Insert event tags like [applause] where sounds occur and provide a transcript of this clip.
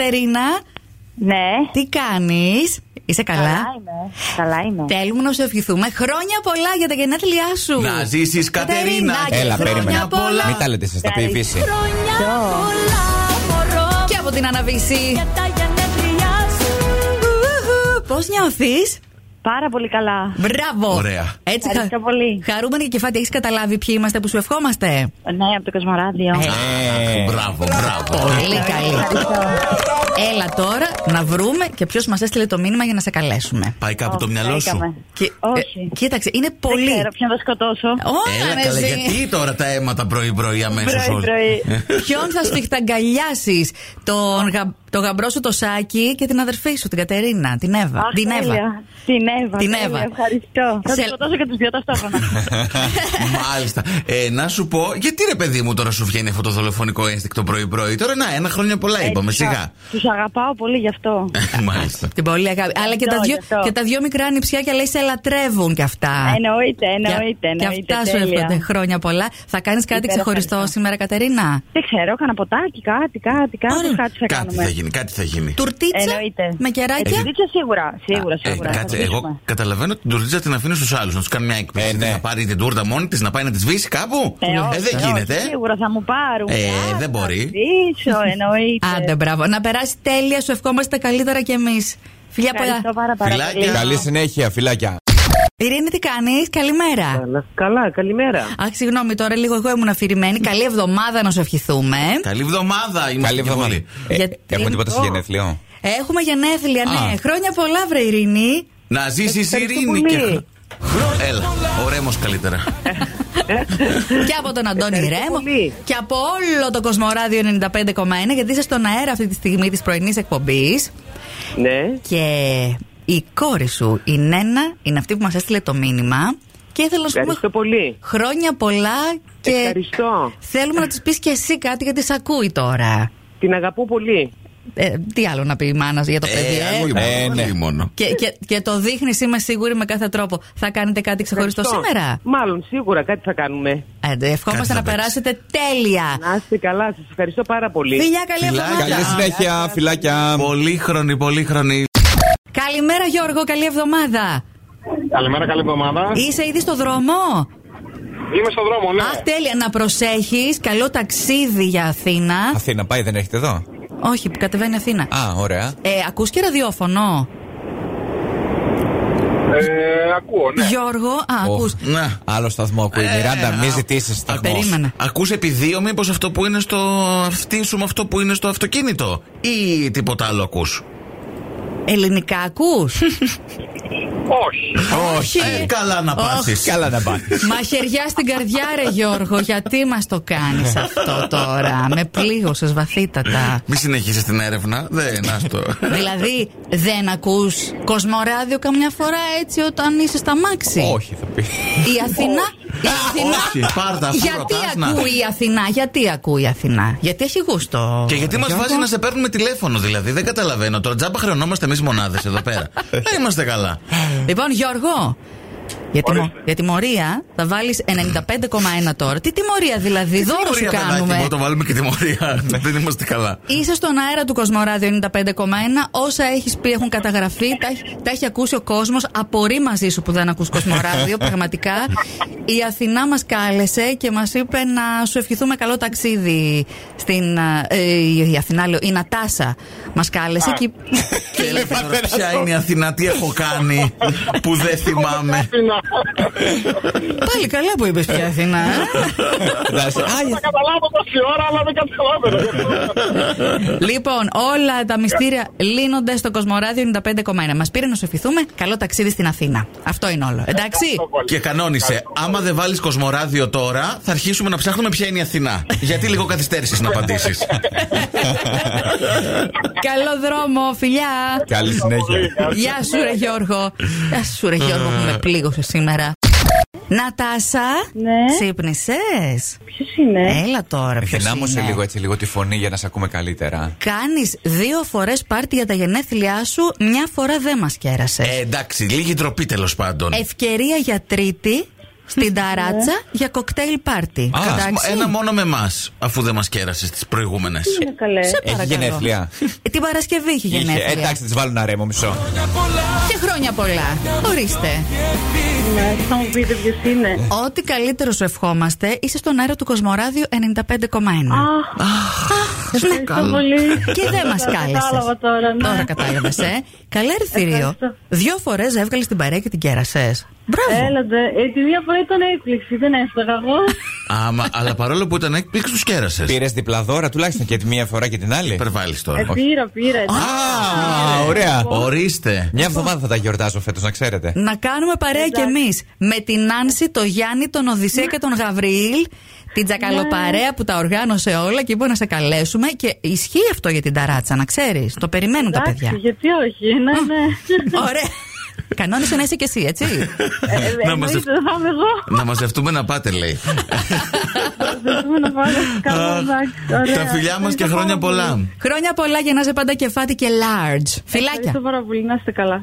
Κατερίνα, Ναι. τι κάνεις, είσαι καλά. Καλά είμαι. Καλά είμαι. Θέλουμε να σου ευχηθούμε χρόνια πολλά για τα γενέθλιά σου. Να ζήσεις, Κατερίνα. Κατερίνα. Έλα, Χρόνια περίμενα. πολλά. Μην τα λέτε, σα τα πει η φύση. Χρόνια πολλά, μωρό. Και από την Αναβίση. Πώς νιώθεις, Πάρα πολύ καλά. Μπράβο. Ωραία. Έτσι, Ευχαριστώ πολύ. Χαρούμενη και κεφάτη, έχεις καταλάβει ποιοι είμαστε που σου ευχόμαστε. Ναι, από το Κοσμοράδιο. Ε, Μπράβο, μπράβο. Πολύ καλή. Έλα τώρα να βρούμε και ποιος μας έστειλε το μήνυμα για να σε καλέσουμε. Πάει κάπου Ω, το μυαλό σου. βρήκαμε. Και- Όχι. ε, κοίταξε, είναι πολύ. Ε, ναι, Δεν ξέρω ποιον θα σκοτώσω. Όλα Έλα ρε, καλά, ζει. γιατί τώρα τα αίματα πρωί-πρωί αμέσως Πρωί, όλοι. πρωί. Ποιον θα σφιχταγκαλιάσεις, τον, γα... το γαμπρό σου το σάκι και την αδερφή σου, την Κατερίνα, την Εύα. Αχ, την Εύα. τέλεια. Την Εύα. Την τέλεια, Εύα. Ευχαριστώ. Θα Σε- Λοιπόν, τους σκοτώσω και τους δυο [laughs] ταυτόχρονα. [laughs] Μάλιστα. Ε, να σου πω, γιατί ρε παιδί μου τώρα σου βγαίνει αυτό το δολοφονικό ένστικτο πρωί-πρωί. Τώρα να, ένα χρόνια πολλά είπαμε, Έτσι, σιγά. Ε, Τους αγαπάω πολύ γι' αυτό. Μάλιστα. Την πολύ αγάπη. Αλλά και τα, γι' δυο, αυτό. και τα δυο μικρά νηψιάκια λέει σε λατρεύουν κι αυτά. Εννοείται, Και- Ε, ναι, εννοείται. και εννοείται, αυτά σου τέλεια. εύχονται χρόνια πολλά. Θα κάνεις κάτι Υπέρα, ξεχωριστό ευχαριστώ. σήμερα, Κατερίνα. Δεν ξέρω, έκανα ποτάκι, κάτι, κάτι, κάτι, Ωραία. κάτι θα Κάτι θα κάνουμε. γίνει, κάτι θα γίνει. Τουρτίτσα Εννοείται. με κεράκια. Ε, τουρτίτσα σίγουρα, σίγουρα, Ε, σίγουρα. θα κάτσε, τουρτίσουμε. εγώ καταλαβαίνω την τουρτίτσα την αφήνω στους άλλους. Να τους κάνει μια έκπληξη. Ε, ναι. Θα πάρει την τούρτα μόνη της να πάει να της σβήσει κάπου. Ε, όχι, δεν όχι, γίνεται. ε. Σίγουρα θα μου πάρουν. Ε, Α, δεν θα μπορεί. Πίσω, εννοείται. Άντε, μπράβο. Να περάσει τέλεια, σου ευχόμαστε τα καλύτερα κι εμείς. Φιλιά πολλά. Ευχαριστώ πάρα πάρα Φιλάκια. πολύ. Καλή συνέχεια, φυλάκια. Ειρήνη, τι κάνεις, καλημέρα. Καλά, καλά, καλημέρα. Αχ, συγγνώμη τώρα, λίγο εγώ ήμουν αφηρημένη. Καλή εβδομάδα να σου ευχηθούμε. Καλή εβδομάδα είμαστε Καλή και εβδομάδα. πολύ. Ε, Γιατί- Έχουμε τίποτα σε γενέθλιο. Έχουμε γενέθλια, ναι. Α. Χρόνια πολλά, βρε [laughs] Ειρήνη. Να ζήσει ειρήνη πολύ. και. χρο- Έλα, ο Ρέμος καλύτερα. και από τον Αντώνη Ευχαριστώ Ρέμο. πολύ. Και από όλο το Κοσμοράδιο 95,1, γιατί είσαι στον αέρα αυτή τη στιγμή της πρωινής εκπομπής. ναι. Και η κόρη σου, η Νένα, είναι αυτή που μας έστειλε το μήνυμα. Και ήθελα να σου Ευχαριστώ πούμε πολύ. χρόνια πολλά και. Ευχαριστώ. Θέλουμε να της πεις και εσύ κάτι γιατί σε ακούει τώρα. Την αγαπώ πολύ. Ε, τι άλλο να πει η μάνα για το παιδί, ε. εγώ Ε, μόνο, ναι. εγώ μόνο. Και, και, και το δείχνεις, είμαι σίγουρη με κάθε τρόπο. Θα κάνετε κάτι ξεχωριστό Ευχαριστώ. σήμερα. Μάλλον, σίγουρα κάτι θα κάνουμε. Άντε, Κάτι Ε, ευχόμαστε θα να παίξει. περάσετε τέλεια. Να είστε καλά, σας ευχαριστώ πάρα πολύ. Φιλιά, καλή Φιλάκια. εβδομάδα. Καλή συνέχεια, φυλάκια. Πολύχρονη, πολύχρονη. Καλημέρα, Γιώργο, καλή εβδομάδα. Καλημέρα, καλή εβδομάδα. Είσαι ήδη στο δρόμο. Είμαι στον δρόμο, ναι. Αχ, τέλεια, να προσέχεις. Καλό ταξίδι για Αθήνα. Αθήνα πάει, δεν έχετε εδώ. Όχι, που κατεβαίνει Αθήνα. Α, ωραία. Ε, ακούς και ραδιόφωνο. Ε, ακούω, ναι. Γιώργο, α, Ω, ακούς. Να. Άλλο σταθμό ακούει. Ε, Μιράντα, α, μη ζητήσει ακούς. σταθμό. Περίμενε. Ακούς επί δύο μήπως αυτό που είναι στο αυτή σου με αυτό που είναι στο αυτοκίνητο ή τίποτα άλλο ακούς. Ελληνικά [laughs] ακούς. Όχι. Όχι. Ε, καλά να πάθεις. Καλά να πάει. Μαχαιριά στην καρδιά, ρε Γιώργο, γιατί μας το κάνεις αυτό τώρα. Με πλήγωσες βαθύτατα. Μη συνεχίσεις την έρευνα. Δεν, άστο. δηλαδή, δεν ακούς κοσμοράδιο καμιά φορά έτσι όταν είσαι στα μάξι. Όχι, θα [laughs] πει. Η Αθηνά. Η Αθηνά. όχι, πάρτα, αφού γιατί ρωτάς, να. ακούει η Αθηνά, γιατί ακούει η Αθηνά. Γιατί έχει γούστο. Και γιατί μας βάζει να σε παίρνουμε τηλέφωνο, δηλαδή. Δεν καταλαβαίνω. Τώρα τζάμπα χρεωνόμαστε εμείς μονάδες εδώ πέρα. Δεν είμαστε καλά. Λοιπόν, Γιώργο. Για, τη, μο- για τιμωρία θα βάλεις 95,1 τώρα. Τι τιμωρία δηλαδή, δώρο σου Τιμωρία, παιδάκι μου, κάνουμε. Το βάλουμε και τιμωρία. [laughs] Δεν είμαστε καλά. Είσαι στον αέρα του Κοσμοράδιο 95,1. Όσα έχεις πει έχουν καταγραφεί, τα, έχει- τα έχει ακούσει ο κόσμος. Απορεί μαζί σου που δεν ακούς Κοσμοράδιο, πραγματικά. Η Αθηνά μας κάλεσε και μας είπε να σου ευχηθούμε καλό ταξίδι στην. Ε, η Αθηνά, λέω, η Νατάσα μας κάλεσε και. Και έλεγε τώρα, ποια είναι η Αθηνά, τι έχω κάνει που δεν θυμάμαι. Αθήνα. Πάλι καλά που είπες πια Αθηνά. ε. Εντάξει. Α, Θα [laughs] καταλάβω τόση ώρα, αλλά δεν [laughs] καταλάβαινα. λοιπόν, όλα τα μυστήρια λύνονται στο Κοσμοράδιο 95,1. Μας πήρε να σου ευχηθούμε καλό ταξίδι στην Αθήνα. Αυτό είναι όλο. Εντάξει. Και κανόνισε, άμα δεν βάλεις κοσμοράδιο τώρα, θα αρχίσουμε να ψάχνουμε ποια είναι η Αθηνά. Γιατί λίγο καθυστέρησες να απαντήσεις. Καλό δρόμο, φιλιά. Καλή συνέχεια. Γεια σου, ρε Γιώργο. Γεια σου, ρε Γιώργο, που Ε. με πλήγωσες σήμερα. Νατάσα, Ναι. ξύπνησες. Ποιος είναι? Έλα τώρα, ποιος. Ε, Δυνάμωσε λίγο έτσι, λίγο τη φωνή για να σε ακούμε καλύτερα. Κάνεις δύο φορές πάρτι για τα γενέθλιά σου, μια φορά δεν μας κέρασες. Ε. Ε, εντάξει, λίγη ντροπή τέλος πάντων. Ευκαιρία για τρίτη στην ταράτσα για κοκτέιλ πάρτι. Α, Εντάξει. Ένα μόνο με εμάς, αφού δεν μας κέρασες τις προηγούμενες. Είναι καλέ. Σε Έχει παρακαλώ. Ε, γενέθλια. Την Παρασκευή είχε Είχε. γενέθλια. Εντάξει, τη βάλω ένα ρέμο μισό. Και χρόνια πολλά. Ορίστε. Ναι, θα μου πείτε ποιος είναι. Ό,τι καλύτερο σου ευχόμαστε, είσαι στον αέρα του Κοσμοράδιου 95,1. Αχ, Ναι. ευχαριστώ πολύ. Και δεν μας Τα Κατάλαβα κάλεσε. τώρα, ναι. Τώρα κατάλαβες, ε. Καλέ ρηθήριο. Ευχαριστώ. Δύο φορές έβγαλες την παρέα και την κέρασες. Μπράβο. Έλατε. Ε, τη μία φορά ήταν έκπληξη, δεν έφταγα εγώ. Άμα, αλλά παρόλο που ήταν έκπληξη, τους κέρασες. Πήρες διπλαδόρα τουλάχιστον και τη μία φορά και την άλλη. Υπερβάλλεις Ε, τώρα. πήρα, πήρα. Α, ωραία. Ορίστε. Μια εβδομάδα θα τα γιορτάζω φέτος, να ξέρετε. Να κάνουμε παρέα κι εμείς. Με την Άνση, τον Γιάννη, τον Ναι. Οδυσσέα και τον Γαβριήλ. Την τζακαλοπαρέα που τα οργάνωσε όλα και είπε να σε καλέσουμε. Και ισχύει αυτό για την ταράτσα, να ξέρεις. Το περιμένουν τα παιδιά. Εντάξει, γιατί όχι, ναι, ναι. [laughs] Ωραία. Κανόνισε να είσαι και εσύ, έτσι. Ε, ε, Να μας Εννοείται, θα είμαι εγώ. Να μαζευτούμε να πάτε, λέει. Προσπαθούμε να πάμε. Καλά, Α, εντάξει, ωραία. Τα φιλιά μας και Ευχαριστώ χρόνια πάρα πολύ. πολλά. Χρόνια πολλά για να είσαι πάντα κεφάτη και large. Φιλάκια. Ευχαριστώ πάρα πολύ, να είστε καλά.